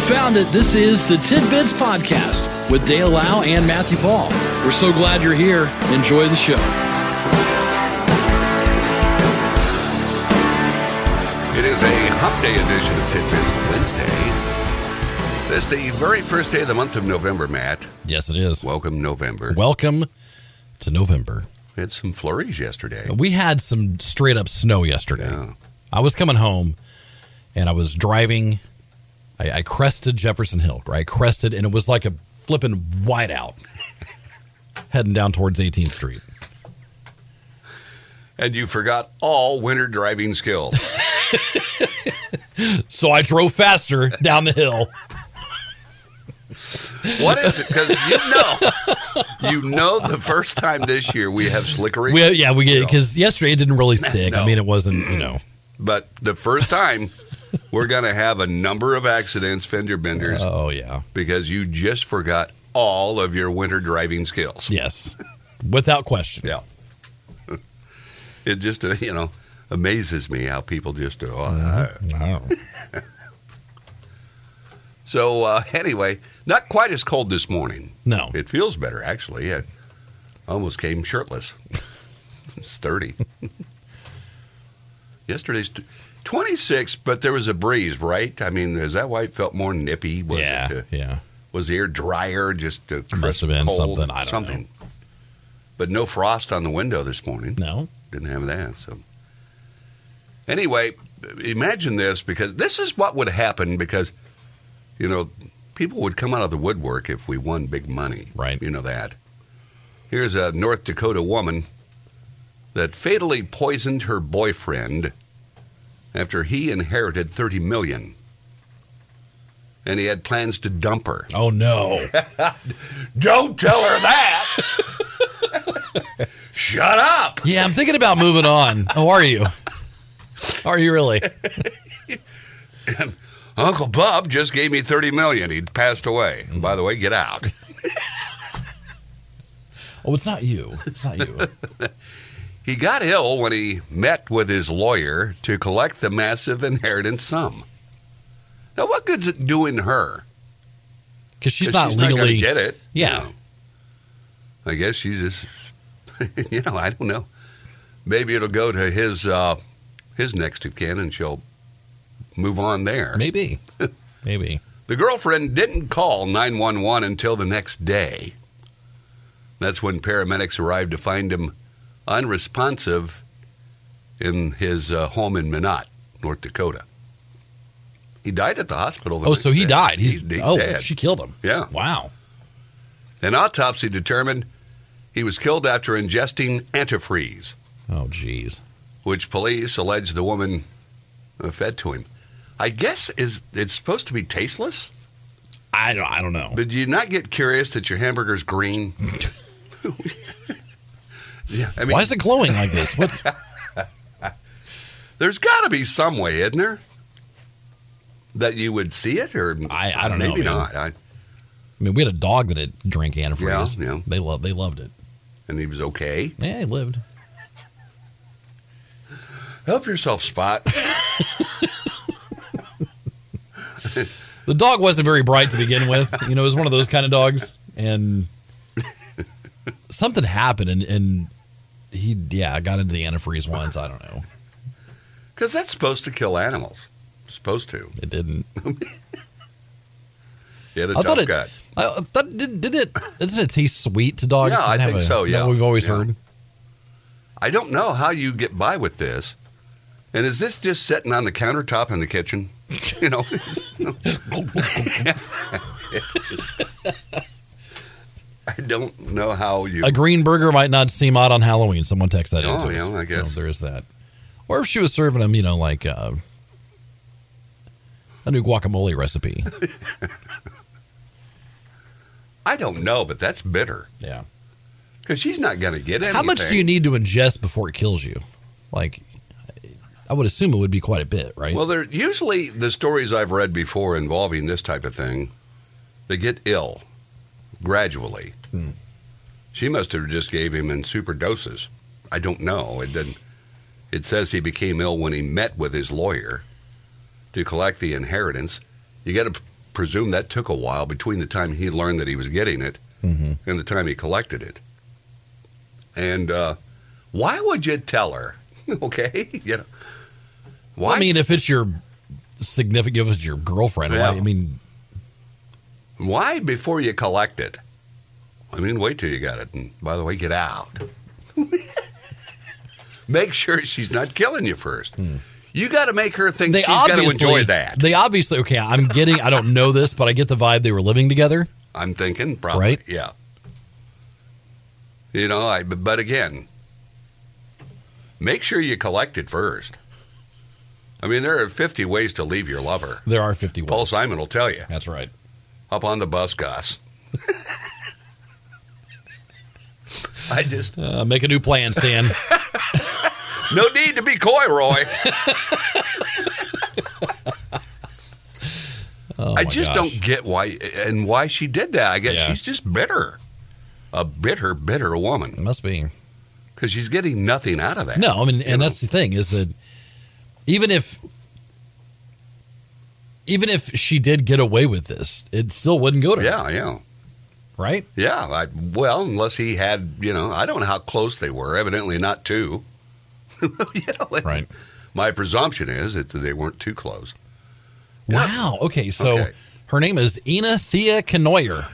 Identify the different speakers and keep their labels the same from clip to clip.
Speaker 1: found it. This is the Tidbits Podcast with Dale Lau and Matthew Paul. We're so glad you're here. Enjoy the show.
Speaker 2: It is a Hump Day edition of Tidbits Wednesday. This the very first day of the month of November, Matt.
Speaker 3: Yes, it is.
Speaker 2: Welcome November.
Speaker 3: Welcome to November.
Speaker 2: we had some flurries yesterday.
Speaker 3: We had some straight up snow yesterday.
Speaker 2: Yeah.
Speaker 3: I was coming home and I was driving. I, I crested Jefferson Hill, right? Crested, and it was like a flipping whiteout heading down towards 18th Street.
Speaker 2: And you forgot all winter driving skills.
Speaker 3: So I drove faster down the hill.
Speaker 2: what is it? Because you know, you know, the first time this year we have slickery.
Speaker 3: We, yeah, we get because yesterday it didn't really stick.
Speaker 2: No.
Speaker 3: I mean, it wasn't, you know.
Speaker 2: but the first time we're going to have a number of accidents, fender benders,
Speaker 3: Oh, yeah.
Speaker 2: because you just forgot all of your winter driving skills.
Speaker 3: Yes. Without question.
Speaker 2: Yeah. It just, uh, you know, amazes me how people just do. Oh,
Speaker 3: Uh-huh.
Speaker 2: uh,
Speaker 3: Wow.
Speaker 2: So, uh, anyway, not quite as cold this morning.
Speaker 3: No.
Speaker 2: It feels better, actually. I almost came shirtless. it's 30. Yesterday's t- 26, but there was a breeze, right? I mean, is that why it felt more nippy? Was
Speaker 3: yeah.
Speaker 2: It, uh,
Speaker 3: yeah.
Speaker 2: was the air drier, just uh, crisp,
Speaker 3: Must have been
Speaker 2: cold,
Speaker 3: something, I don't
Speaker 2: something. But no frost on the window this morning.
Speaker 3: No.
Speaker 2: Didn't have that. So anyway, imagine this because this is what would happen because you know people would come out of the woodwork if we won big money.
Speaker 3: Right.
Speaker 2: You know that. Here's a North Dakota woman that fatally poisoned her boyfriend after he inherited 30 million. And he had plans to dump her.
Speaker 3: Oh, no.
Speaker 2: Don't tell her that. Shut up.
Speaker 3: Yeah, I'm thinking about moving on. How are you? Are you really?
Speaker 2: Uncle Bob just gave me 30 million. He'd passed away.
Speaker 3: Mm.
Speaker 2: And By the way, get out.
Speaker 3: Oh, it's not you. It's not you.
Speaker 2: He got ill when he met with his lawyer to collect the massive inheritance sum. Now, what good's it doing her?
Speaker 3: Because she's
Speaker 2: 'Cause
Speaker 3: not
Speaker 2: gonna
Speaker 3: legally.
Speaker 2: get it.
Speaker 3: Yeah.
Speaker 2: You know. I guess she's just, you know, I don't know. Maybe it'll go to his uh, his next of kin, and she'll move on there.
Speaker 3: Maybe. Maybe.
Speaker 2: The girlfriend didn't call 911 until the next day. That's when paramedics arrived to find him unresponsive in his uh, home in Minot, North Dakota. He died at the hospital. The
Speaker 3: Oh,
Speaker 2: next
Speaker 3: so he
Speaker 2: day.
Speaker 3: died. He's,
Speaker 2: he's
Speaker 3: oh,
Speaker 2: dead.
Speaker 3: she killed him.
Speaker 2: Yeah.
Speaker 3: Wow.
Speaker 2: An autopsy determined he was killed after ingesting antifreeze,
Speaker 3: Oh, jeez.
Speaker 2: which police allege the woman uh, fed to him. I guess is it's supposed to be tasteless?
Speaker 3: I don't. I don't know.
Speaker 2: But do you not get curious that your hamburger's green? yeah, I mean,
Speaker 3: Why is it glowing like this? What?
Speaker 2: there's got to be some way, isn't there, that you would see it, or
Speaker 3: I- I don't know,
Speaker 2: maybe
Speaker 3: man.
Speaker 2: not. I,
Speaker 3: I mean, we had a dog that had drank antifreeze.
Speaker 2: Yeah, yeah.
Speaker 3: They loved. They loved it.
Speaker 2: and he was okay.
Speaker 3: Yeah, he lived.
Speaker 2: Help yourself, Spot.
Speaker 3: The dog wasn't very bright to begin with. You know, it was one of those kind of dogs, and something happened, and and he yeah got into the antifreeze once. I don't know.
Speaker 2: Because that's supposed to kill animals. Supposed to.
Speaker 3: It didn't.
Speaker 2: Yeah, the
Speaker 3: I
Speaker 2: tough
Speaker 3: thought it.
Speaker 2: gut.
Speaker 3: I I thought did, did it? Doesn't it taste sweet to dogs?
Speaker 2: Yeah,
Speaker 3: Doesn't
Speaker 2: I
Speaker 3: it have
Speaker 2: think
Speaker 3: a-
Speaker 2: so,
Speaker 3: that
Speaker 2: yeah.
Speaker 3: we've always
Speaker 2: Yeah.
Speaker 3: heard.
Speaker 2: I don't know how you get by with this. And is this just sitting on the countertop in the kitchen? You know, It's just- I don't know how you.
Speaker 3: A green burger might not seem odd on Halloween. Someone text that. in
Speaker 2: Oh,
Speaker 3: to us.
Speaker 2: yeah,
Speaker 3: So
Speaker 2: I guess.
Speaker 3: there is that. Or if she was serving them, you know, like uh, a new guacamole recipe.
Speaker 2: I don't know, but that's bitter
Speaker 3: Yeah.
Speaker 2: because she's not going to get anything.
Speaker 3: How much do you need to ingest before it kills you? Like, I would assume it would be quite a bit, right?
Speaker 2: Well, there usually the stories I've read before involving this type of thing, they get ill gradually.
Speaker 3: Hmm.
Speaker 2: She must have just gave him in super doses. I don't know. It didn't. It says he became ill when he met with his lawyer to collect the inheritance. You got to presume that took a while between the time he learned that he was getting it
Speaker 3: Mm-hmm.
Speaker 2: and the time he collected it. And uh, why would you tell her? okay, you know. Why?
Speaker 3: I mean, if it's your significant, if it's your girlfriend,
Speaker 2: Yeah.
Speaker 3: why, I mean,
Speaker 2: why before you collect it? I mean, wait till you got it. And by the way, get out. make sure she's not killing you first. You got to make her think
Speaker 3: Hmm. they
Speaker 2: she's got to
Speaker 3: obviously
Speaker 2: enjoy that.
Speaker 3: They obviously okay. I'm getting. I don't know this, but I get the vibe they were living together.
Speaker 2: I'm thinking, probably,
Speaker 3: Right.
Speaker 2: yeah. You know, I, but but again, make sure you collect it first. I mean, there are 50 ways to leave your lover.
Speaker 3: There are 50
Speaker 2: Paul
Speaker 3: wolves.
Speaker 2: Simon will tell you.
Speaker 3: That's right.
Speaker 2: Up on the bus, Gus. I just
Speaker 3: Uh, make a new plan, Stan.
Speaker 2: no need to be coy, Roy.
Speaker 3: Oh my
Speaker 2: I just
Speaker 3: gosh.
Speaker 2: don't get why and why she did that. I guess
Speaker 3: Yeah.
Speaker 2: she's just bitter, a bitter, bitter
Speaker 3: It
Speaker 2: woman
Speaker 3: must be.
Speaker 2: because she's getting nothing out of that.
Speaker 3: No, I mean,
Speaker 2: You
Speaker 3: and
Speaker 2: know?
Speaker 3: that's the thing is that even if even if she did get away with this, it still wouldn't go to her,
Speaker 2: yeah, yeah.
Speaker 3: right?
Speaker 2: Yeah, I, well, unless he had, you know, I don't know how close they were. Evidently, not two. you know, it's-
Speaker 3: Right.
Speaker 2: My presumption is that they weren't too close. Yeah.
Speaker 3: Wow. Okay, so
Speaker 2: Okay.
Speaker 3: her name is Ina Thea Kenoyer.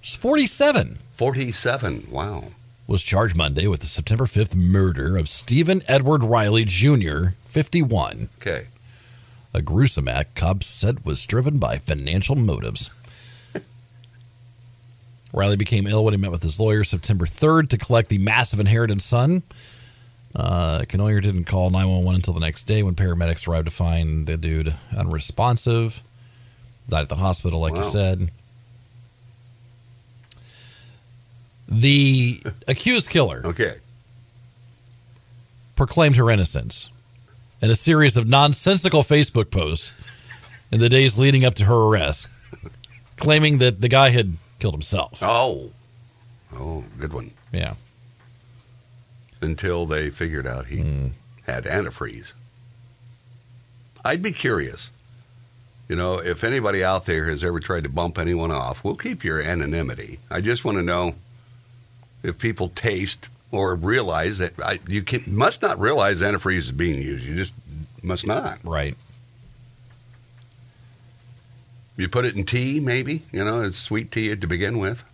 Speaker 3: She's 47.
Speaker 2: Forty-seven. Wow.
Speaker 3: Was charged Monday with the September 5th murder of Stephen Edward Riley Jr., 51,
Speaker 2: Okay.
Speaker 3: a gruesome act Cobb said was driven by financial motives. Riley became ill when he met with his lawyer September 3rd to collect the massive inheritance son. Uh, Knoyer didn't call 911 until the next day when paramedics arrived to find the dude unresponsive. Died at the hospital, like you
Speaker 2: Wow.
Speaker 3: said. The accused killer
Speaker 2: Okay.
Speaker 3: proclaimed her innocence in a series of nonsensical Facebook posts in the days leading up to her arrest, claiming that the guy had killed himself.
Speaker 2: Oh. Oh, good one.
Speaker 3: Yeah.
Speaker 2: Until they figured out he
Speaker 3: Mm,
Speaker 2: had antifreeze. I'd be curious. You know, if anybody out there has ever tried to bump anyone off, we'll keep your anonymity. I just want to know if people taste or realize that I, you can, must not realize antifreeze is being used. You just must not.
Speaker 3: Right.
Speaker 2: You put it in tea, maybe. You know, it's sweet tea to begin with.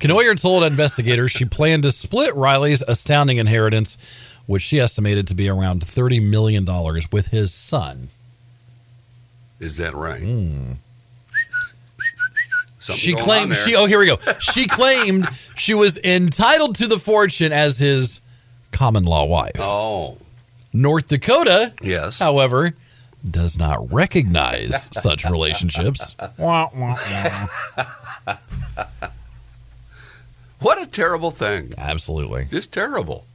Speaker 3: Knoyer told investigators she planned to split Riley's astounding inheritance, which she estimated to be around $30 million, with his son.
Speaker 2: Is that right? Something
Speaker 3: Hmm. she
Speaker 2: going on
Speaker 3: claimed
Speaker 2: there.
Speaker 3: she oh here we go she claimed she was entitled to the fortune as his common law wife
Speaker 2: Oh,
Speaker 3: north dakota
Speaker 2: yes.
Speaker 3: Oh. however, does not recognize such relationships.
Speaker 2: What a terrible thing.
Speaker 3: Absolutely.
Speaker 2: Just terrible.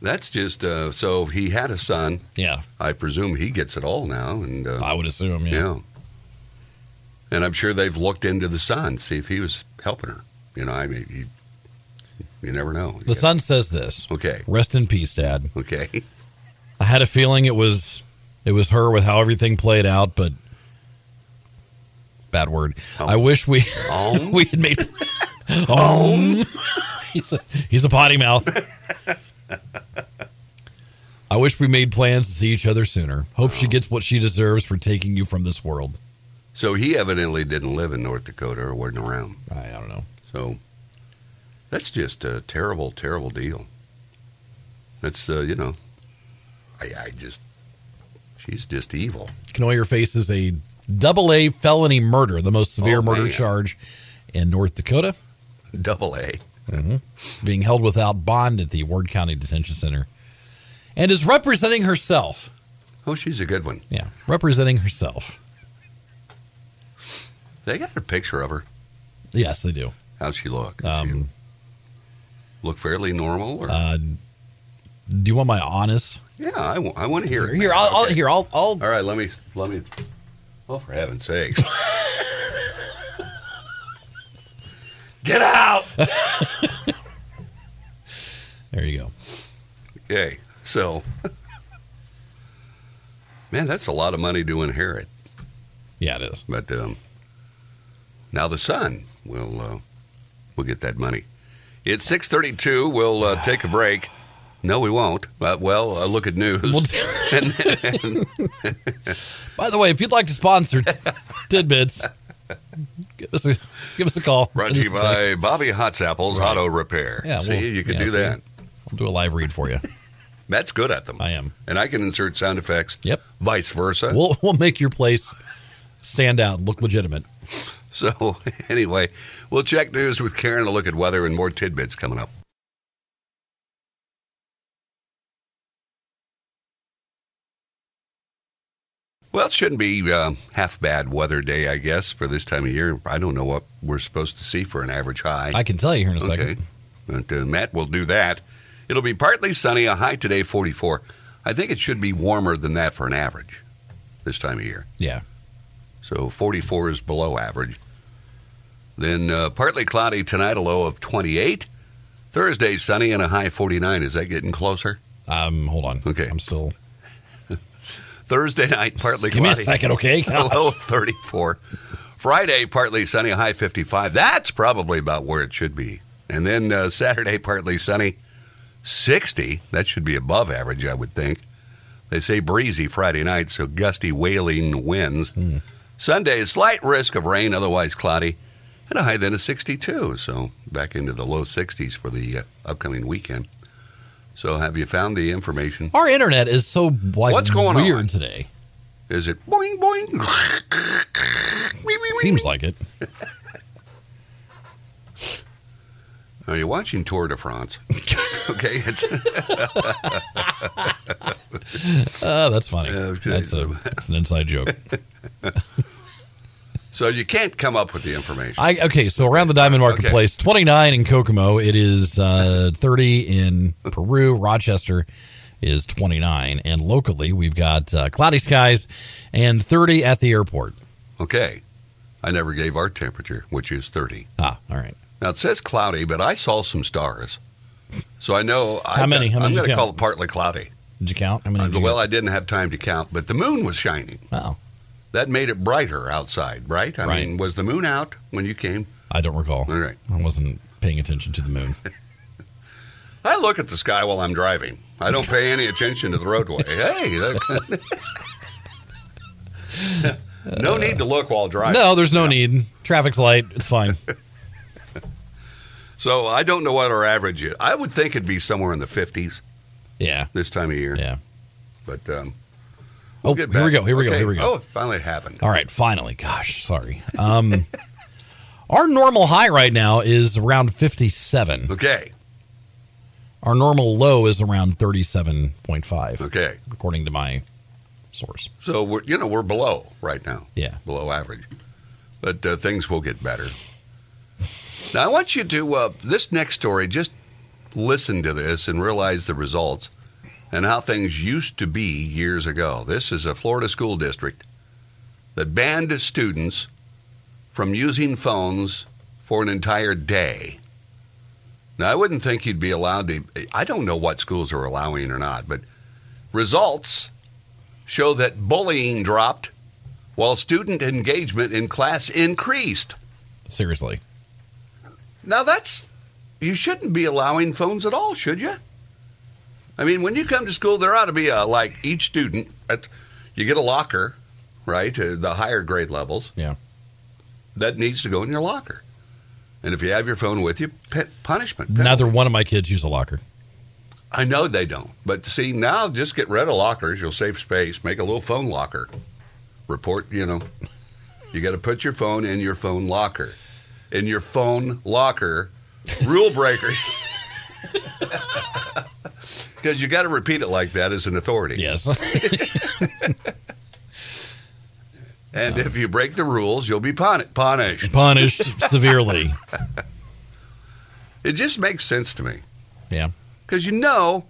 Speaker 2: That's just uh, so he had a son.
Speaker 3: Yeah,
Speaker 2: I presume he gets it all now, and uh,
Speaker 3: I would assume. Yeah.
Speaker 2: yeah. And I'm sure they've looked into the son, see if he was helping her. You know, I mean, you, you never know.
Speaker 3: The son says this.
Speaker 2: Okay.
Speaker 3: Rest in peace, Dad.
Speaker 2: Okay.
Speaker 3: I had a feeling it was it was her with how everything played out, but bad word. I wish we
Speaker 2: Oh.
Speaker 3: we had made. Oh, he's a, he's a potty mouth. I wish we made plans to see each other sooner. Hope she gets what she deserves for taking you from this world.
Speaker 2: So he evidently didn't live in North Dakota or wasn't around.
Speaker 3: I, I don't know.
Speaker 2: So that's just a terrible, terrible deal. That's uh, you know, I, I just she's just evil.
Speaker 3: Knoyer faces a double A felony murder, the most severe
Speaker 2: Oh,
Speaker 3: murder
Speaker 2: man.
Speaker 3: charge in North Dakota,
Speaker 2: Double A.
Speaker 3: being held without bond at the Ward County Detention Center, and is representing herself.
Speaker 2: Oh, she's a good one.
Speaker 3: Yeah, representing herself.
Speaker 2: They got a picture of her.
Speaker 3: Yes, they do.
Speaker 2: How'd she look? Does she
Speaker 3: Um,
Speaker 2: look fairly normal? Or?
Speaker 3: uh, do you want my honest?
Speaker 2: yeah, I, w- I want to hear it.
Speaker 3: Here,
Speaker 2: man.
Speaker 3: I'll, I'll
Speaker 2: Okay.
Speaker 3: here, I'll, I'll.
Speaker 2: All right, let me let me. Oh, for heaven's sakes! Get out.
Speaker 3: There you go.
Speaker 2: Okay, so man, that's a lot of money to inherit.
Speaker 3: Yeah, it is.
Speaker 2: But um, now the sun will uh, will get that money. It's six thirty-two. We'll uh, take a break. No, we won't. But well, uh, look at news.
Speaker 3: We'll t- By the way, if you'd like to sponsor Tidbits, give us a give us a call.
Speaker 2: Brought to
Speaker 3: Send
Speaker 2: you
Speaker 3: us a text.
Speaker 2: by Bobby Hot Apples Auto Repair.
Speaker 3: Yeah,
Speaker 2: see,
Speaker 3: well,
Speaker 2: you could
Speaker 3: yeah,
Speaker 2: do
Speaker 3: see.
Speaker 2: that.
Speaker 3: We'll do a live read for you.
Speaker 2: Matt's good at them.
Speaker 3: I am.
Speaker 2: and I can insert sound effects.
Speaker 3: Yep.
Speaker 2: Vice versa.
Speaker 3: We'll we'll make your place stand out, and look legitimate.
Speaker 2: So anyway, we'll check news with Karen to look at weather and more tidbits coming up. Well, it shouldn't be um, half bad weather day, I guess, for this time of year. I don't know what we're supposed to see for an average high.
Speaker 3: I can tell you here in a second.
Speaker 2: Okay. But, uh, Matt will do that. It'll be partly sunny, a high today 44. I think it should be warmer than that for an average this time of year.
Speaker 3: Yeah.
Speaker 2: So 44 is below average. Then uh, partly cloudy tonight, a low of 28. Thursday, sunny and a high 49. Is that getting closer?
Speaker 3: Um. Hold on.
Speaker 2: Okay.
Speaker 3: I'm still.
Speaker 2: Thursday night, partly
Speaker 3: Give me a
Speaker 2: cloudy,
Speaker 3: second, okay?
Speaker 2: a low of 34. Friday, partly sunny, a high 55. That's probably about where it should be. And then uh, Saturday, partly sunny, 60. That should be above average, I would think. They say breezy Friday night, so gusty, wailing winds.
Speaker 3: Hmm.
Speaker 2: Sunday, slight risk of rain, otherwise cloudy, and a high then of 62. So back into the low 60s for the uh, upcoming weekend. So have you found the information?
Speaker 3: Our internet is so like
Speaker 2: What's going on?
Speaker 3: weird today.
Speaker 2: Is it boing, boing? Wee, wee, wee,
Speaker 3: Seems like it.
Speaker 2: Are you watching Tour de France? okay, it's
Speaker 3: Uh, that's funny.
Speaker 2: Yeah, okay.
Speaker 3: That's a that's an inside joke.
Speaker 2: so you can't come up with the information.
Speaker 3: I okay. So around the diamond marketplace, twenty nine in Kokomo. It is uh, thirty in Peru. Rochester is twenty nine, and locally we've got uh, cloudy skies and thirty at the airport.
Speaker 2: Okay, I never gave our temperature, which is thirty.
Speaker 3: Ah, all right.
Speaker 2: Now it says cloudy, but I saw some stars, so I know. I,
Speaker 3: How many? How many
Speaker 2: I'm
Speaker 3: did
Speaker 2: going
Speaker 3: you
Speaker 2: to
Speaker 3: count?
Speaker 2: call it partly cloudy.
Speaker 3: Did you count? How many? Did you
Speaker 2: Uh, well, I didn't have time to count, but the moon was shining.
Speaker 3: count? Oh,
Speaker 2: That made it brighter outside, right? I
Speaker 3: Right.
Speaker 2: mean, was the moon out when you came?
Speaker 3: I don't recall.
Speaker 2: All right.
Speaker 3: I wasn't paying attention to the moon.
Speaker 2: I look at the sky while I'm driving. I don't pay any attention to the roadway. Hey, that- no need to look while driving.
Speaker 3: No, there's no need. Traffic's light. It's fine.
Speaker 2: So I don't know what our average is. I would think it'd be somewhere in the 50s
Speaker 3: Yeah.
Speaker 2: this time of year.
Speaker 3: Yeah.
Speaker 2: But um,
Speaker 3: Oh,
Speaker 2: we'll get
Speaker 3: here we
Speaker 2: back.
Speaker 3: go. Here we go.
Speaker 2: Okay.
Speaker 3: Here we go.
Speaker 2: Oh, it finally happened.
Speaker 3: All right, finally. Gosh, sorry. Um, our normal high right now is around 57.
Speaker 2: Okay.
Speaker 3: Our normal low is around 37.5,
Speaker 2: Okay.
Speaker 3: according to my source.
Speaker 2: So we're you know we're below right now,
Speaker 3: Yeah.
Speaker 2: below average, but uh, things will get better. Now I want you to uh, this next story. Just listen to this and realize the results and how things used to be years ago. This is a Florida school district that banned students from using phones for an entire day. Now I wouldn't think you'd be allowed to. I don't know what schools are allowing or not, but results show that bullying dropped while student engagement in class increased.
Speaker 3: Seriously.
Speaker 2: Now that's you shouldn't be allowing phones at all, should you? I mean, when you come to school, there ought to be a like each student. At, you get a locker, right? Uh, the higher grade levels.
Speaker 3: Yeah.
Speaker 2: That needs to go in your locker, and if you have your phone with you, pe- punishment.
Speaker 3: Neither one of my kids use a locker.
Speaker 2: I know they don't, but see now, just get rid of lockers. You'll save space. Make a little phone locker. Report, you know, you got to put your phone in your phone locker. In your phone locker, rule breakers. Because you got to repeat it like that as an authority.
Speaker 3: Yes.
Speaker 2: And if you break the rules, you'll be pun- punished.
Speaker 3: Punished severely.
Speaker 2: It just makes sense to me.
Speaker 3: Yeah.
Speaker 2: Because you know,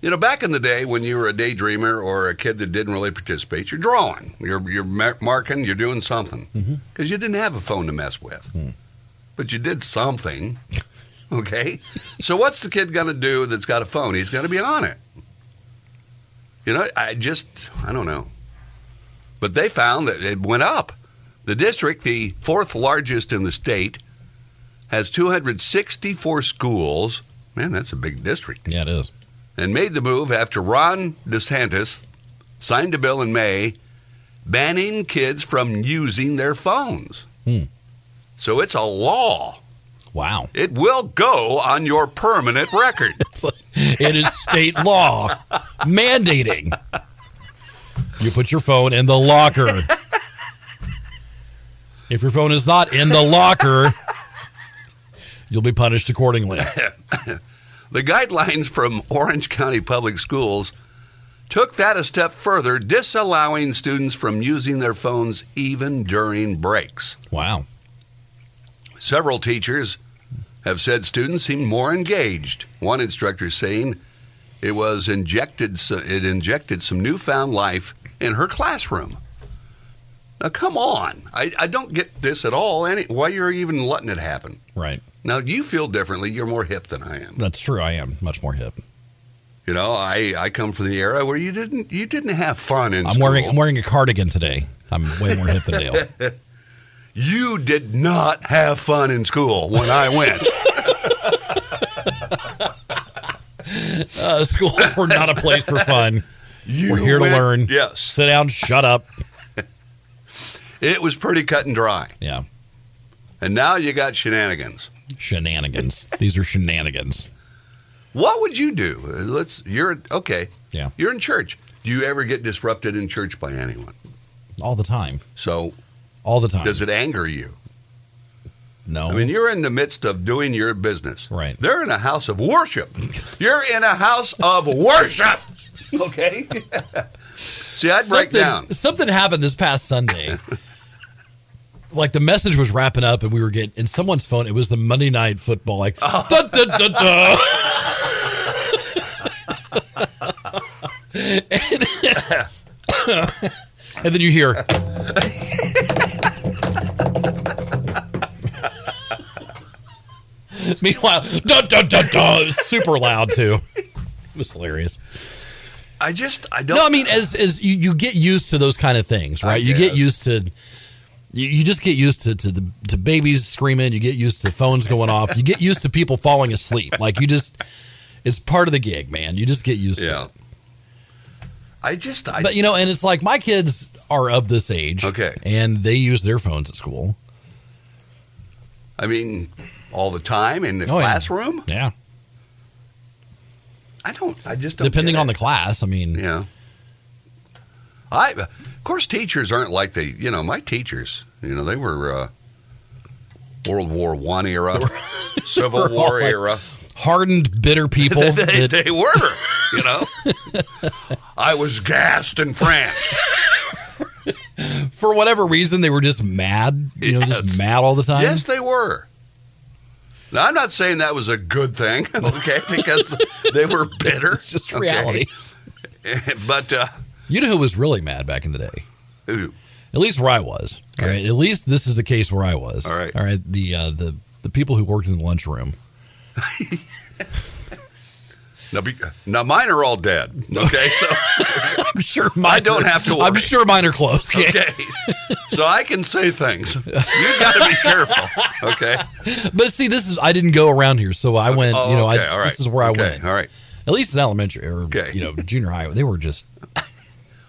Speaker 2: you know, back in the day when you were a daydreamer or a kid that didn't really participate, you're drawing, you're you're mar- marking, you're doing something because you didn't have a phone to mess with, but you did something. Okay, so what's the kid gonna do that's got a phone? He's gonna be on it. You know, I just I don't know, but they found that it went up. The district, the fourth largest in the state, has 264 schools. Man, that's a big district.
Speaker 3: Yeah, it is.
Speaker 2: And made the move after Ron DeSantis signed a bill in May banning kids from using their phones.
Speaker 3: Hmm.
Speaker 2: So it's a law.
Speaker 3: Wow.
Speaker 2: It will go on your permanent record.
Speaker 3: It is state law mandating you put your phone in the locker. If your phone is not in the locker, you'll be punished accordingly.
Speaker 2: The guidelines from Orange County Public Schools took that a step further, disallowing students from using their phones even during breaks.
Speaker 3: Wow.
Speaker 2: Several teachers have said students seem more engaged. One instructor saying it was injected so- it injected some newfound life in her classroom. Now come on. I, I don't get this at all. Any, why you're even letting it happen.
Speaker 3: Right.
Speaker 2: Now you feel differently. You're more hip than I am.
Speaker 3: That's true. I am much more hip.
Speaker 2: You know, I, I come from the era where you didn't you didn't have fun in
Speaker 3: I'm
Speaker 2: school.
Speaker 3: wearing I'm wearing a cardigan today. I'm way more hip than Dale.
Speaker 2: you did not have fun in school when I went.
Speaker 3: Uh, schools were not a place for fun.
Speaker 2: You
Speaker 3: We're here to
Speaker 2: went-
Speaker 3: learn.
Speaker 2: Yes.
Speaker 3: Sit down. Shut up.
Speaker 2: It was pretty cut and dry.
Speaker 3: Yeah.
Speaker 2: And now you got shenanigans.
Speaker 3: Shenanigans. These are shenanigans.
Speaker 2: What would you do? Uh, Let's you're okay.
Speaker 3: Yeah.
Speaker 2: You're in church. Do you ever get disrupted in church by anyone?
Speaker 3: All the time.
Speaker 2: So
Speaker 3: All the time.
Speaker 2: does it anger you?
Speaker 3: No.
Speaker 2: I mean, you're in the midst of doing your business.
Speaker 3: Right.
Speaker 2: They're in a house of worship. You're in a house of worship. Okay. See, I'd
Speaker 3: something,
Speaker 2: break down.
Speaker 3: Something happened this past Sunday. like the message was wrapping up, and we were getting in someone's phone. It was the Monday Night Football. Like,
Speaker 2: Oh.
Speaker 3: dun, dun, dun, dun. and, and then you hear. Meanwhile, dun, dun, dun, dun, It was super loud too. It was hilarious.
Speaker 2: I just I don't.
Speaker 3: No, I mean, as as you, you get used to those kind of things, right? You get
Speaker 2: guess.
Speaker 3: used to. You, you just get used to, to the to babies screaming. You get used to phones going off. You get used to people falling asleep. Like you just, it's part of the gig, man. You just get used to.
Speaker 2: Yeah.
Speaker 3: it.
Speaker 2: I just I
Speaker 3: But you know, and it's like my kids are of this age,
Speaker 2: Okay.
Speaker 3: and they use their phones at school.
Speaker 2: I mean, all the time in the
Speaker 3: Oh, yeah.
Speaker 2: classroom.
Speaker 3: Yeah,
Speaker 2: I don't. I just don't
Speaker 3: depending
Speaker 2: get
Speaker 3: on
Speaker 2: it.
Speaker 3: the class. I mean,
Speaker 2: Yeah. I, of course, teachers aren't like they, you know, my teachers, you know, they were uh, World War One era, Civil
Speaker 3: They were all
Speaker 2: War
Speaker 3: like-
Speaker 2: era.
Speaker 3: hardened, bitter people.
Speaker 2: They,
Speaker 3: that-
Speaker 2: they were, you know. I was gassed in France.
Speaker 3: for whatever reason, they were just mad. You know,
Speaker 2: Yes.
Speaker 3: just mad all the time.
Speaker 2: Yes, they were. Now, I'm not saying that was a good thing, okay, because they were bitter. It's
Speaker 3: just reality.
Speaker 2: But, uh,
Speaker 3: You know who was really mad back in the day?
Speaker 2: ooh,
Speaker 3: At least where I was. All right. At least this is the case where I was.
Speaker 2: All right.
Speaker 3: All right. The uh, the the people who worked in the lunchroom.
Speaker 2: now, be, now mine are all dead, okay? So.
Speaker 3: I'm sure mine.
Speaker 2: don't
Speaker 3: are-
Speaker 2: have to
Speaker 3: I'm
Speaker 2: worry.
Speaker 3: sure mine are closed. Okay.
Speaker 2: days. so I can say things. You got to be careful. Okay.
Speaker 3: But see, this is I didn't go around here, so I went.
Speaker 2: Oh,
Speaker 3: you know,
Speaker 2: okay.
Speaker 3: I,
Speaker 2: all right.
Speaker 3: this is where I
Speaker 2: okay.
Speaker 3: went.
Speaker 2: All right.
Speaker 3: At least in elementary or
Speaker 2: Okay.
Speaker 3: you know junior high, they were just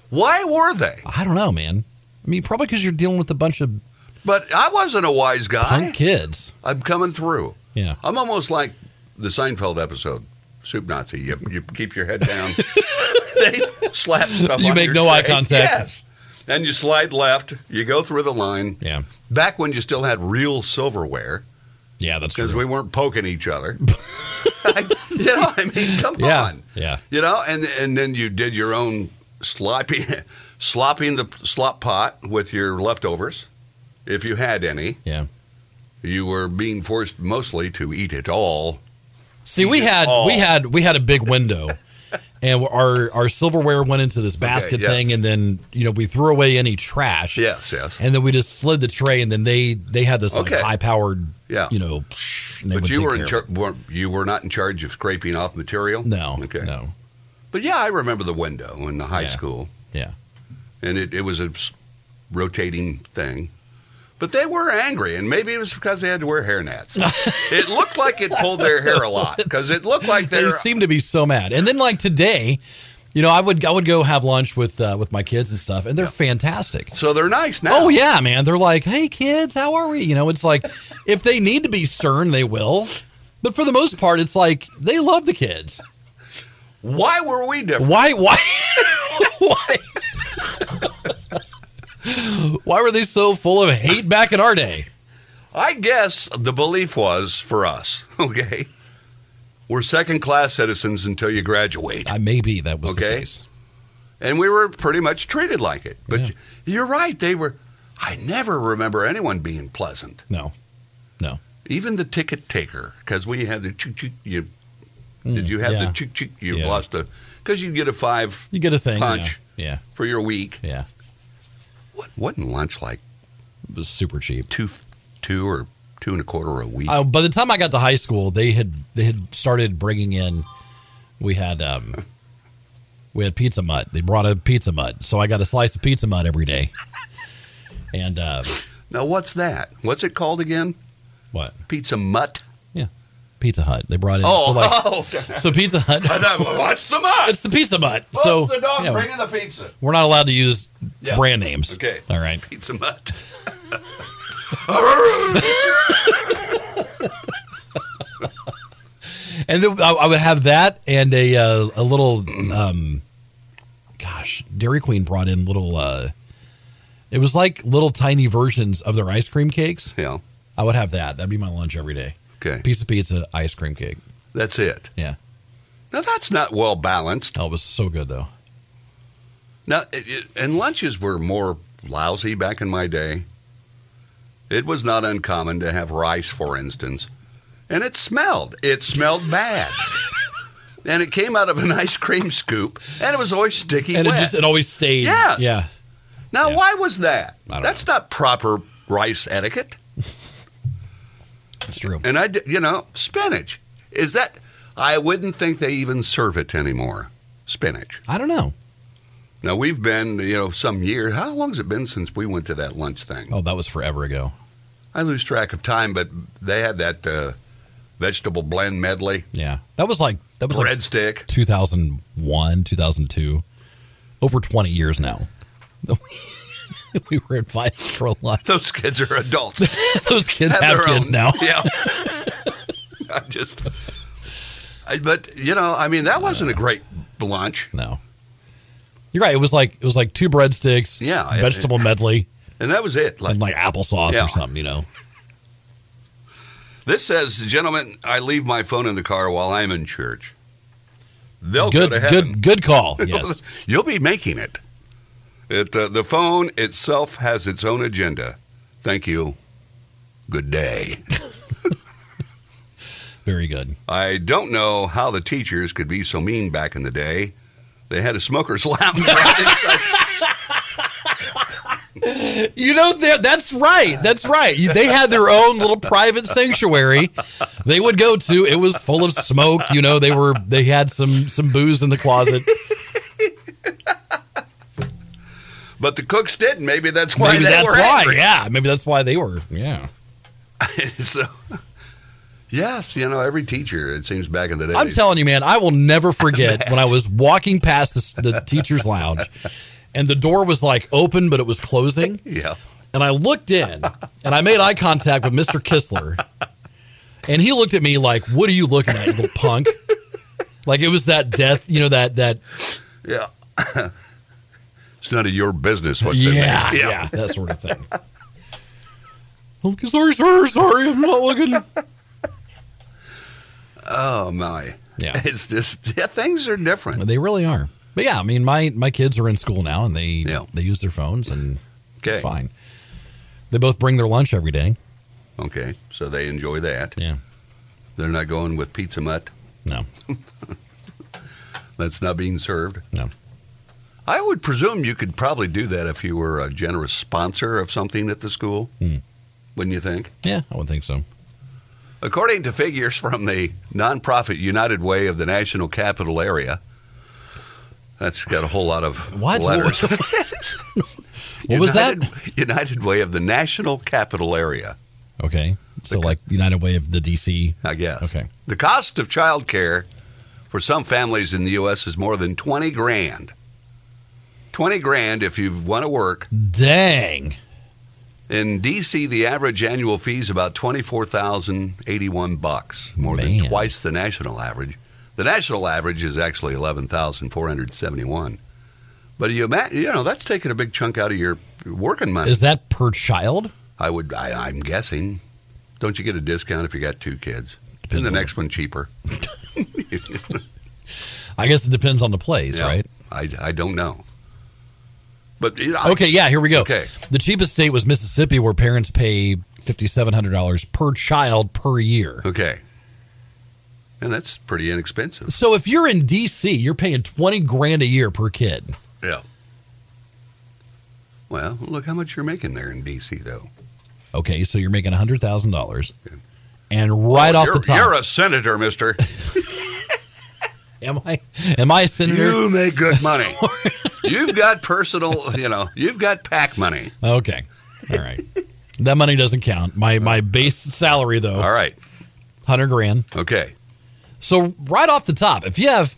Speaker 2: Why were they?
Speaker 3: I don't know, man. I mean, probably because you're dealing with a bunch of
Speaker 2: But I wasn't a wise
Speaker 3: punk
Speaker 2: guy.
Speaker 3: kids.
Speaker 2: I'm coming through.
Speaker 3: Yeah.
Speaker 2: I'm almost like the Seinfeld episode, Soup Nazi. You, you keep your head down. they slap stuff.
Speaker 3: You
Speaker 2: on
Speaker 3: make
Speaker 2: your
Speaker 3: no eye
Speaker 2: tray.
Speaker 3: contact.
Speaker 2: Yes. And you slide left. You go through the line.
Speaker 3: Yeah.
Speaker 2: Back when you still had real silverware,
Speaker 3: Yeah, that's
Speaker 2: because
Speaker 3: true.
Speaker 2: we weren't poking each other. I, you know, I mean, come
Speaker 3: yeah.
Speaker 2: on.
Speaker 3: Yeah.
Speaker 2: you know and and then you did your own sloppy slopping the slop pot with your leftovers if you had any
Speaker 3: Yeah.
Speaker 2: you were being forced mostly to eat it all
Speaker 3: See, we
Speaker 2: Eat it
Speaker 3: had
Speaker 2: all.
Speaker 3: we had we had a big window, and our our silverware went into this basket
Speaker 2: yes.
Speaker 3: thing, and then you know we threw away any trash.
Speaker 2: yes yes
Speaker 3: And then we just slid the tray, and then they they had this
Speaker 2: Okay.
Speaker 3: like high powered,
Speaker 2: Yeah.
Speaker 3: you know. psh, and they
Speaker 2: but
Speaker 3: would
Speaker 2: you
Speaker 3: take
Speaker 2: were in
Speaker 3: care
Speaker 2: char-
Speaker 3: of
Speaker 2: were, you were not in charge of scraping off material
Speaker 3: it. No,
Speaker 2: okay
Speaker 3: no,
Speaker 2: but yeah i remember the window in the high
Speaker 3: Yeah.
Speaker 2: school
Speaker 3: yeah,
Speaker 2: and it, it was a s- rotating thing But they were angry, and maybe it was because they had to wear hairnets. it looked like it pulled their hair a lot because it looked like they
Speaker 3: They seem to be so mad. And then like today, you know, I would I would go have lunch with uh, with my kids and stuff, and they're fantastic.
Speaker 2: so they're nice now.
Speaker 3: Oh yeah, man. They're like, "Hey kids, how are we?" You know, it's like if they need to be stern, they will. But for the most part, it's like they love the kids.
Speaker 2: Why were we different?
Speaker 3: Why why why Why were they so full of hate back in our day?
Speaker 2: I guess the belief was for us, okay? We're second class citizens until you graduate.
Speaker 3: I maybe that was the
Speaker 2: Okay.
Speaker 3: case.
Speaker 2: And we were pretty much treated like it. But
Speaker 3: Yeah.
Speaker 2: you're right, they were. I never remember anyone being pleasant,
Speaker 3: No. No.
Speaker 2: even the ticket taker, because we had the choo choo. You, did you have
Speaker 3: Mm, yeah.
Speaker 2: the choo choo? You
Speaker 3: Yeah.
Speaker 2: lost a. Because you get a five
Speaker 3: You get a thing. you
Speaker 2: Punch.
Speaker 3: know. Yeah.
Speaker 2: for your week.
Speaker 3: Yeah.
Speaker 2: What, wasn't lunch like
Speaker 3: It was super cheap.
Speaker 2: two, two or two and a quarter a week?
Speaker 3: Uh, by the time I got to high school, they had they had started bringing in. We had um, we had pizza mutt. They brought a pizza mutt, so I got a slice of pizza mutt every day. And uh,
Speaker 2: now, what's that? What's it called again?
Speaker 3: what
Speaker 2: Pizza mutt?
Speaker 3: Pizza Hut? They brought in.
Speaker 2: Oh,
Speaker 3: so, like,
Speaker 2: oh
Speaker 3: so Pizza
Speaker 2: I
Speaker 3: Hut.
Speaker 2: thought, well, what's the mutt?
Speaker 3: It's the pizza mutt.
Speaker 2: What's
Speaker 3: so
Speaker 2: the dog
Speaker 3: yeah,
Speaker 2: bringing the pizza?
Speaker 3: we're not allowed to use
Speaker 2: Yeah.
Speaker 3: brand names.
Speaker 2: Okay.
Speaker 3: All right.
Speaker 2: Pizza mutt.
Speaker 3: And then I, I would have that and a uh, a little um, gosh, Dairy Queen brought in little. Uh, it was like little tiny versions of their ice cream cakes.
Speaker 2: Yeah.
Speaker 3: I would have that. That'd be my lunch every day.
Speaker 2: Okay.
Speaker 3: Piece of pizza, ice cream cake.
Speaker 2: That's it.
Speaker 3: Yeah.
Speaker 2: Now that's not well balanced.
Speaker 3: Oh, it was so good though.
Speaker 2: Now, it, it, and lunches were more lousy back in my day. It was not uncommon to have rice, for instance, and it smelled. It smelled bad, and it came out of an ice cream scoop, and it was always sticky
Speaker 3: And
Speaker 2: wet.
Speaker 3: it just it always stayed.
Speaker 2: Yes.
Speaker 3: Yeah.
Speaker 2: now,
Speaker 3: yeah.
Speaker 2: why was that?
Speaker 3: I don't
Speaker 2: That's not proper rice etiquette.
Speaker 3: It's true.
Speaker 2: And I, d- you know, spinach is that? I wouldn't think they even serve it anymore. Spinach.
Speaker 3: I don't know.
Speaker 2: Now we've been, you know, some year. How long's it been since we went to that lunch thing?
Speaker 3: Oh, that was forever ago.
Speaker 2: I lose track of time, but they had that uh, vegetable blend medley,
Speaker 3: Yeah. That was like that was like
Speaker 2: breadstick.
Speaker 3: 2001, 2002. Over 20 years now. we were invited for lunch.
Speaker 2: Those kids are adults.
Speaker 3: Those kids
Speaker 2: Have
Speaker 3: have,
Speaker 2: their
Speaker 3: kids
Speaker 2: own-
Speaker 3: now.
Speaker 2: Yeah. I just. I, but you know, I mean, that wasn't
Speaker 3: Uh.
Speaker 2: a great lunch,
Speaker 3: No. You're right. It was like it was like two breadsticks,
Speaker 2: Yeah, it-
Speaker 3: vegetable medley,
Speaker 2: and that was it. Like
Speaker 3: and like applesauce
Speaker 2: Yeah.
Speaker 3: or something. You know,
Speaker 2: this says, gentlemen, I leave my phone in the car while I'm in church. They'll
Speaker 3: good,
Speaker 2: go to heaven.
Speaker 3: good, good call. Yes,
Speaker 2: You'll be making it. It uh, the phone itself has its own agenda. Thank you. Good day.
Speaker 3: very good.
Speaker 2: I don't know how the teachers could be so mean back in the day. They had a smoker's lounge. right inside-
Speaker 3: You know, they're- that's right. That's right. You- They had their own little private sanctuary they would go to. It was full of smoke. You know, they were they had some some booze in the closet.
Speaker 2: but the cooks didn't. Maybe that's why
Speaker 3: Maybe
Speaker 2: they
Speaker 3: that's
Speaker 2: were
Speaker 3: why.
Speaker 2: angry.
Speaker 3: Yeah, maybe that's why they were. Yeah.
Speaker 2: so, yes, you know, every teacher, it seems back in the day.
Speaker 3: I'm telling you, man, I will never forget when I was walking past the, the teacher's lounge, and the door was like open, but it was closing.
Speaker 2: Yeah.
Speaker 3: and I looked in and I made eye contact with Mr. Kistler. And he looked at me like, What are you looking at, you little punk? Like it was that death, you know, that that
Speaker 2: Yeah. it's none of your business what's in there.
Speaker 3: yeah, yeah, that sort of thing. I'm sorry, sorry, sorry, I'm not looking.
Speaker 2: Oh, my.
Speaker 3: Yeah.
Speaker 2: It's just, yeah, things are different.
Speaker 3: They really are. But yeah, I mean my my kids are in school now and they
Speaker 2: Yeah.
Speaker 3: they use their phones and
Speaker 2: Okay.
Speaker 3: it's fine. They both bring their lunch every day.
Speaker 2: Okay, so they enjoy that.
Speaker 3: Yeah.
Speaker 2: They're not going with pizza mutt.
Speaker 3: No.
Speaker 2: That's not being served.
Speaker 3: No.
Speaker 2: I would presume you could probably do that if you were a generous sponsor of something at the school,
Speaker 3: Hmm.
Speaker 2: wouldn't you think?
Speaker 3: Yeah, I would think so.
Speaker 2: According to figures from the nonprofit United Way of the National Capital Area, that's got a whole lot of
Speaker 3: What?
Speaker 2: letters.
Speaker 3: What was that?
Speaker 2: that? United Way of the National Capital Area,
Speaker 3: Okay. So like United Way of the DC.
Speaker 2: I guess.
Speaker 3: Okay.
Speaker 2: The cost of child care for some families in the U.S. is more than 20 grand. 20 grand if you want to work.
Speaker 3: Dang.
Speaker 2: In D.C., the average annual fee is about 24,081 bucks, more
Speaker 3: Man.
Speaker 2: than twice the national average. The national average is actually 11,471. But you ima- you know, that's taking a big chunk out of your working money.
Speaker 3: Is that per child?
Speaker 2: I would. I, I'm guessing. Don't you get a discount if you got two kids? and the
Speaker 3: on-
Speaker 2: next one cheaper.
Speaker 3: I guess it depends on the plays,
Speaker 2: Yeah.
Speaker 3: right?
Speaker 2: I, I don't know. But you know, I-
Speaker 3: Okay, yeah, here we go.
Speaker 2: Okay.
Speaker 3: The cheapest state was Mississippi where parents pay $5700 per child per year.
Speaker 2: okay. And that's pretty inexpensive.
Speaker 3: So if you're in DC, you're paying 20 grand a year per kid.
Speaker 2: Yeah. Well, look how much you're making there in D.C. though.
Speaker 3: Okay, so you're making $100,000. And right off
Speaker 2: Oh, you're,
Speaker 3: the top.
Speaker 2: you're a senator, Mister.
Speaker 3: am I am I a senator?
Speaker 2: you make good money. you've got personal. You know, you've got PAC money.
Speaker 3: Okay. All right. that money doesn't count. My my base salary though,
Speaker 2: All right.
Speaker 3: 100 grand.
Speaker 2: Okay.
Speaker 3: So right off the top, if you have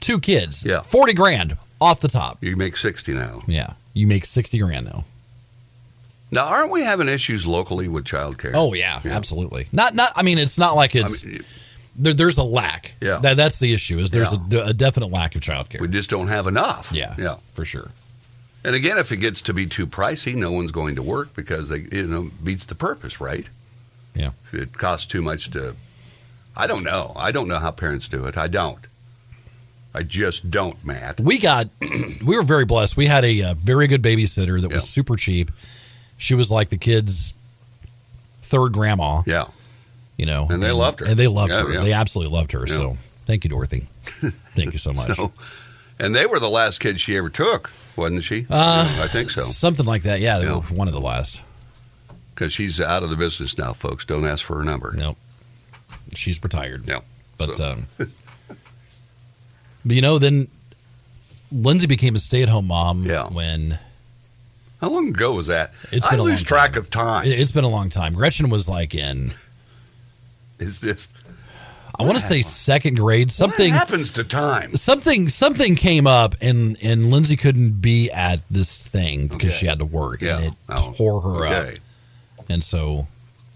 Speaker 3: two kids,
Speaker 2: Yeah.
Speaker 3: 40 grand off the top.
Speaker 2: You make sixty now.
Speaker 3: Yeah. You make 60 grand now.
Speaker 2: Now, aren't we having issues locally with childcare?
Speaker 3: Oh yeah, absolutely. Not not I mean it's not like
Speaker 2: I
Speaker 3: it's
Speaker 2: mean,
Speaker 3: there, there's a lack.
Speaker 2: Yeah.
Speaker 3: That, that's the issue is there's
Speaker 2: Yeah.
Speaker 3: a, a definite lack of childcare.
Speaker 2: we just don't have enough.
Speaker 3: yeah.
Speaker 2: Yeah.
Speaker 3: For sure.
Speaker 2: And again, if it gets to be too pricey, no one's going to work because they, you know, beats the purpose, right?
Speaker 3: Yeah.
Speaker 2: It costs too much to. I don't know. I don't know how parents do it. I don't. I just don't, Matt.
Speaker 3: we got we were very blessed we had a, uh very good babysitter that
Speaker 2: Yeah.
Speaker 3: was super cheap she was like the kids third grandma
Speaker 2: Yeah.
Speaker 3: you know
Speaker 2: And they loved her.
Speaker 3: and they loved
Speaker 2: Yeah,
Speaker 3: her
Speaker 2: yeah.
Speaker 3: they absolutely loved her
Speaker 2: Yeah.
Speaker 3: so thank you dorothy thank you so much
Speaker 2: So, and they were the last kid she ever took, wasn't she?
Speaker 3: Uh,
Speaker 2: I think so.
Speaker 3: something like that yeah, they
Speaker 2: Yeah.
Speaker 3: were one of the last
Speaker 2: Because she's out of the business now, folks. Don't ask for her number.
Speaker 3: nope she's retired
Speaker 2: Yeah.
Speaker 3: but
Speaker 2: So-
Speaker 3: um but you know then lindsay became a stay-at-home mom
Speaker 2: Yeah.
Speaker 3: when
Speaker 2: How long ago was that?
Speaker 3: It's
Speaker 2: I
Speaker 3: been a
Speaker 2: lose
Speaker 3: long
Speaker 2: track
Speaker 3: time.
Speaker 2: of time.
Speaker 3: it- it's been a long time gretchen was like in
Speaker 2: It's just
Speaker 3: i want to say second grade something
Speaker 2: what happens to time.
Speaker 3: something something came up and and Lindsay couldn't be at this thing because
Speaker 2: Okay.
Speaker 3: she had to work
Speaker 2: Yeah.
Speaker 3: and it
Speaker 2: Oh,
Speaker 3: tore her
Speaker 2: okay.
Speaker 3: up. And so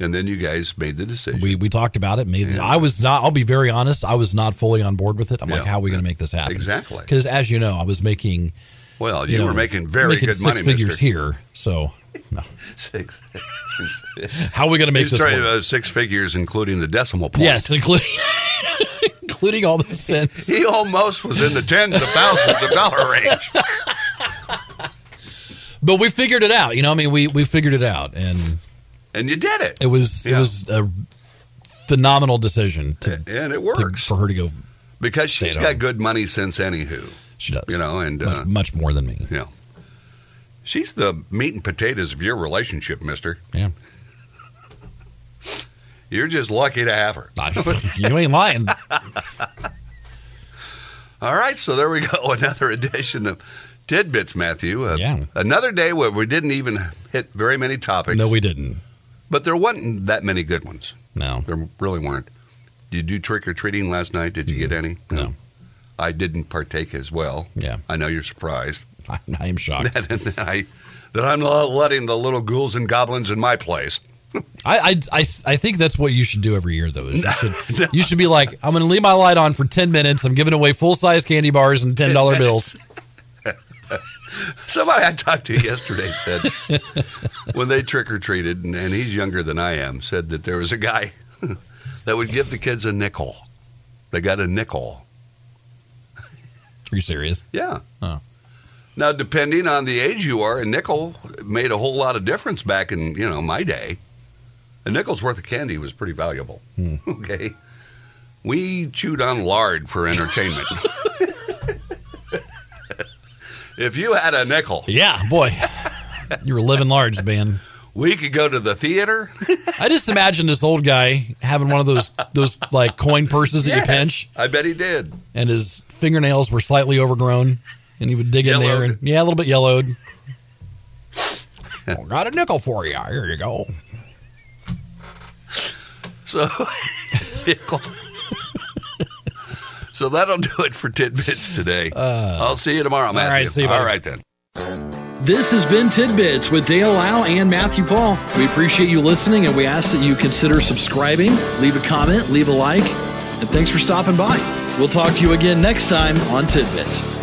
Speaker 2: And then you guys made the decision.
Speaker 3: we we talked about it. Made
Speaker 2: Yeah.
Speaker 3: I was not. I'll be very honest. I was not fully on board with it. I'm like,
Speaker 2: Yeah.
Speaker 3: how are we going to make this happen?
Speaker 2: Exactly.
Speaker 3: Because as you know, I was making
Speaker 2: Well,
Speaker 3: you
Speaker 2: you,
Speaker 3: know,
Speaker 2: were making very
Speaker 3: making
Speaker 2: good
Speaker 3: six
Speaker 2: money,
Speaker 3: figures
Speaker 2: Mister.
Speaker 3: here. So no.
Speaker 2: Six.
Speaker 3: how are we going to make
Speaker 2: He's
Speaker 3: this
Speaker 2: trying
Speaker 3: work?
Speaker 2: uh, six figures, including the decimal point.
Speaker 3: yes, including including all the cents.
Speaker 2: He almost was in the tens of thousands of dollar range.
Speaker 3: But we figured it out. You know, I mean, we we figured it out and.
Speaker 2: And you did it.
Speaker 3: It was it
Speaker 2: Yeah.
Speaker 3: was a phenomenal decision to,
Speaker 2: And
Speaker 3: to-
Speaker 2: it works.
Speaker 3: for her to go.
Speaker 2: because she's
Speaker 3: at
Speaker 2: got
Speaker 3: home.
Speaker 2: good money since anywho.
Speaker 3: She does,
Speaker 2: You know, and
Speaker 3: much,
Speaker 2: uh,
Speaker 3: much more than me.
Speaker 2: you know. She's the meat and potatoes of your relationship, mister.
Speaker 3: Yeah,
Speaker 2: You're just lucky to have her.
Speaker 3: I, you ain't lying.
Speaker 2: All right, so there we go. Another edition of Tidbits, Matthew. Uh,
Speaker 3: Yeah.
Speaker 2: Another day where we didn't even hit very many topics.
Speaker 3: No, we didn't.
Speaker 2: But there wasn't that many good ones.
Speaker 3: No,
Speaker 2: There really weren't. Did you do trick or treating last night? Did you get any?
Speaker 3: no.
Speaker 2: I didn't partake as well.
Speaker 3: Yeah,
Speaker 2: I know you're surprised
Speaker 3: I, I am shocked.
Speaker 2: that, that I that I'm not letting the little ghouls and goblins in my place.
Speaker 3: I, I, I, I think that's what you should do every year, though. is you, should, you should be like, I'm going to leave my light on for ten minutes. I'm giving away full size candy bars and ten dollar bills.
Speaker 2: Somebody I talked to yesterday said when they trick or treated, and, and he's younger than I am, said that there was a guy that would give the kids a nickel. They got a nickel.
Speaker 3: Are you serious?
Speaker 2: Yeah.
Speaker 3: Oh.
Speaker 2: Now, depending on the age you are, a nickel made a whole lot of difference back in you know my day. A nickel's worth of candy was pretty valuable.
Speaker 4: Hmm.
Speaker 2: Okay, we chewed on lard for entertainment. if you had a nickel,
Speaker 3: Yeah, boy, you were living large, man.
Speaker 2: we could go to the theater.
Speaker 3: I just imagine this old guy having one of those those like coin purses that
Speaker 2: Yes,
Speaker 3: you pinch.
Speaker 2: I bet he did.
Speaker 3: and his fingernails were slightly overgrown, and he would dig in there
Speaker 2: Yellowed.
Speaker 3: and yeah, a little bit yellowed.
Speaker 4: Well, got a nickel for you. Here you go.
Speaker 2: So, nickel. so that'll do it for tidbits today. I'll see you tomorrow, Matthew.
Speaker 4: Uh. right, see you, buddy.
Speaker 2: all right then.
Speaker 3: This has been Tidbits with Dale Lau and Matthew Paul. We appreciate you listening and we ask that you consider subscribing, leave a comment, leave a like, and thanks for stopping by. We'll talk to you again next time on Tidbits.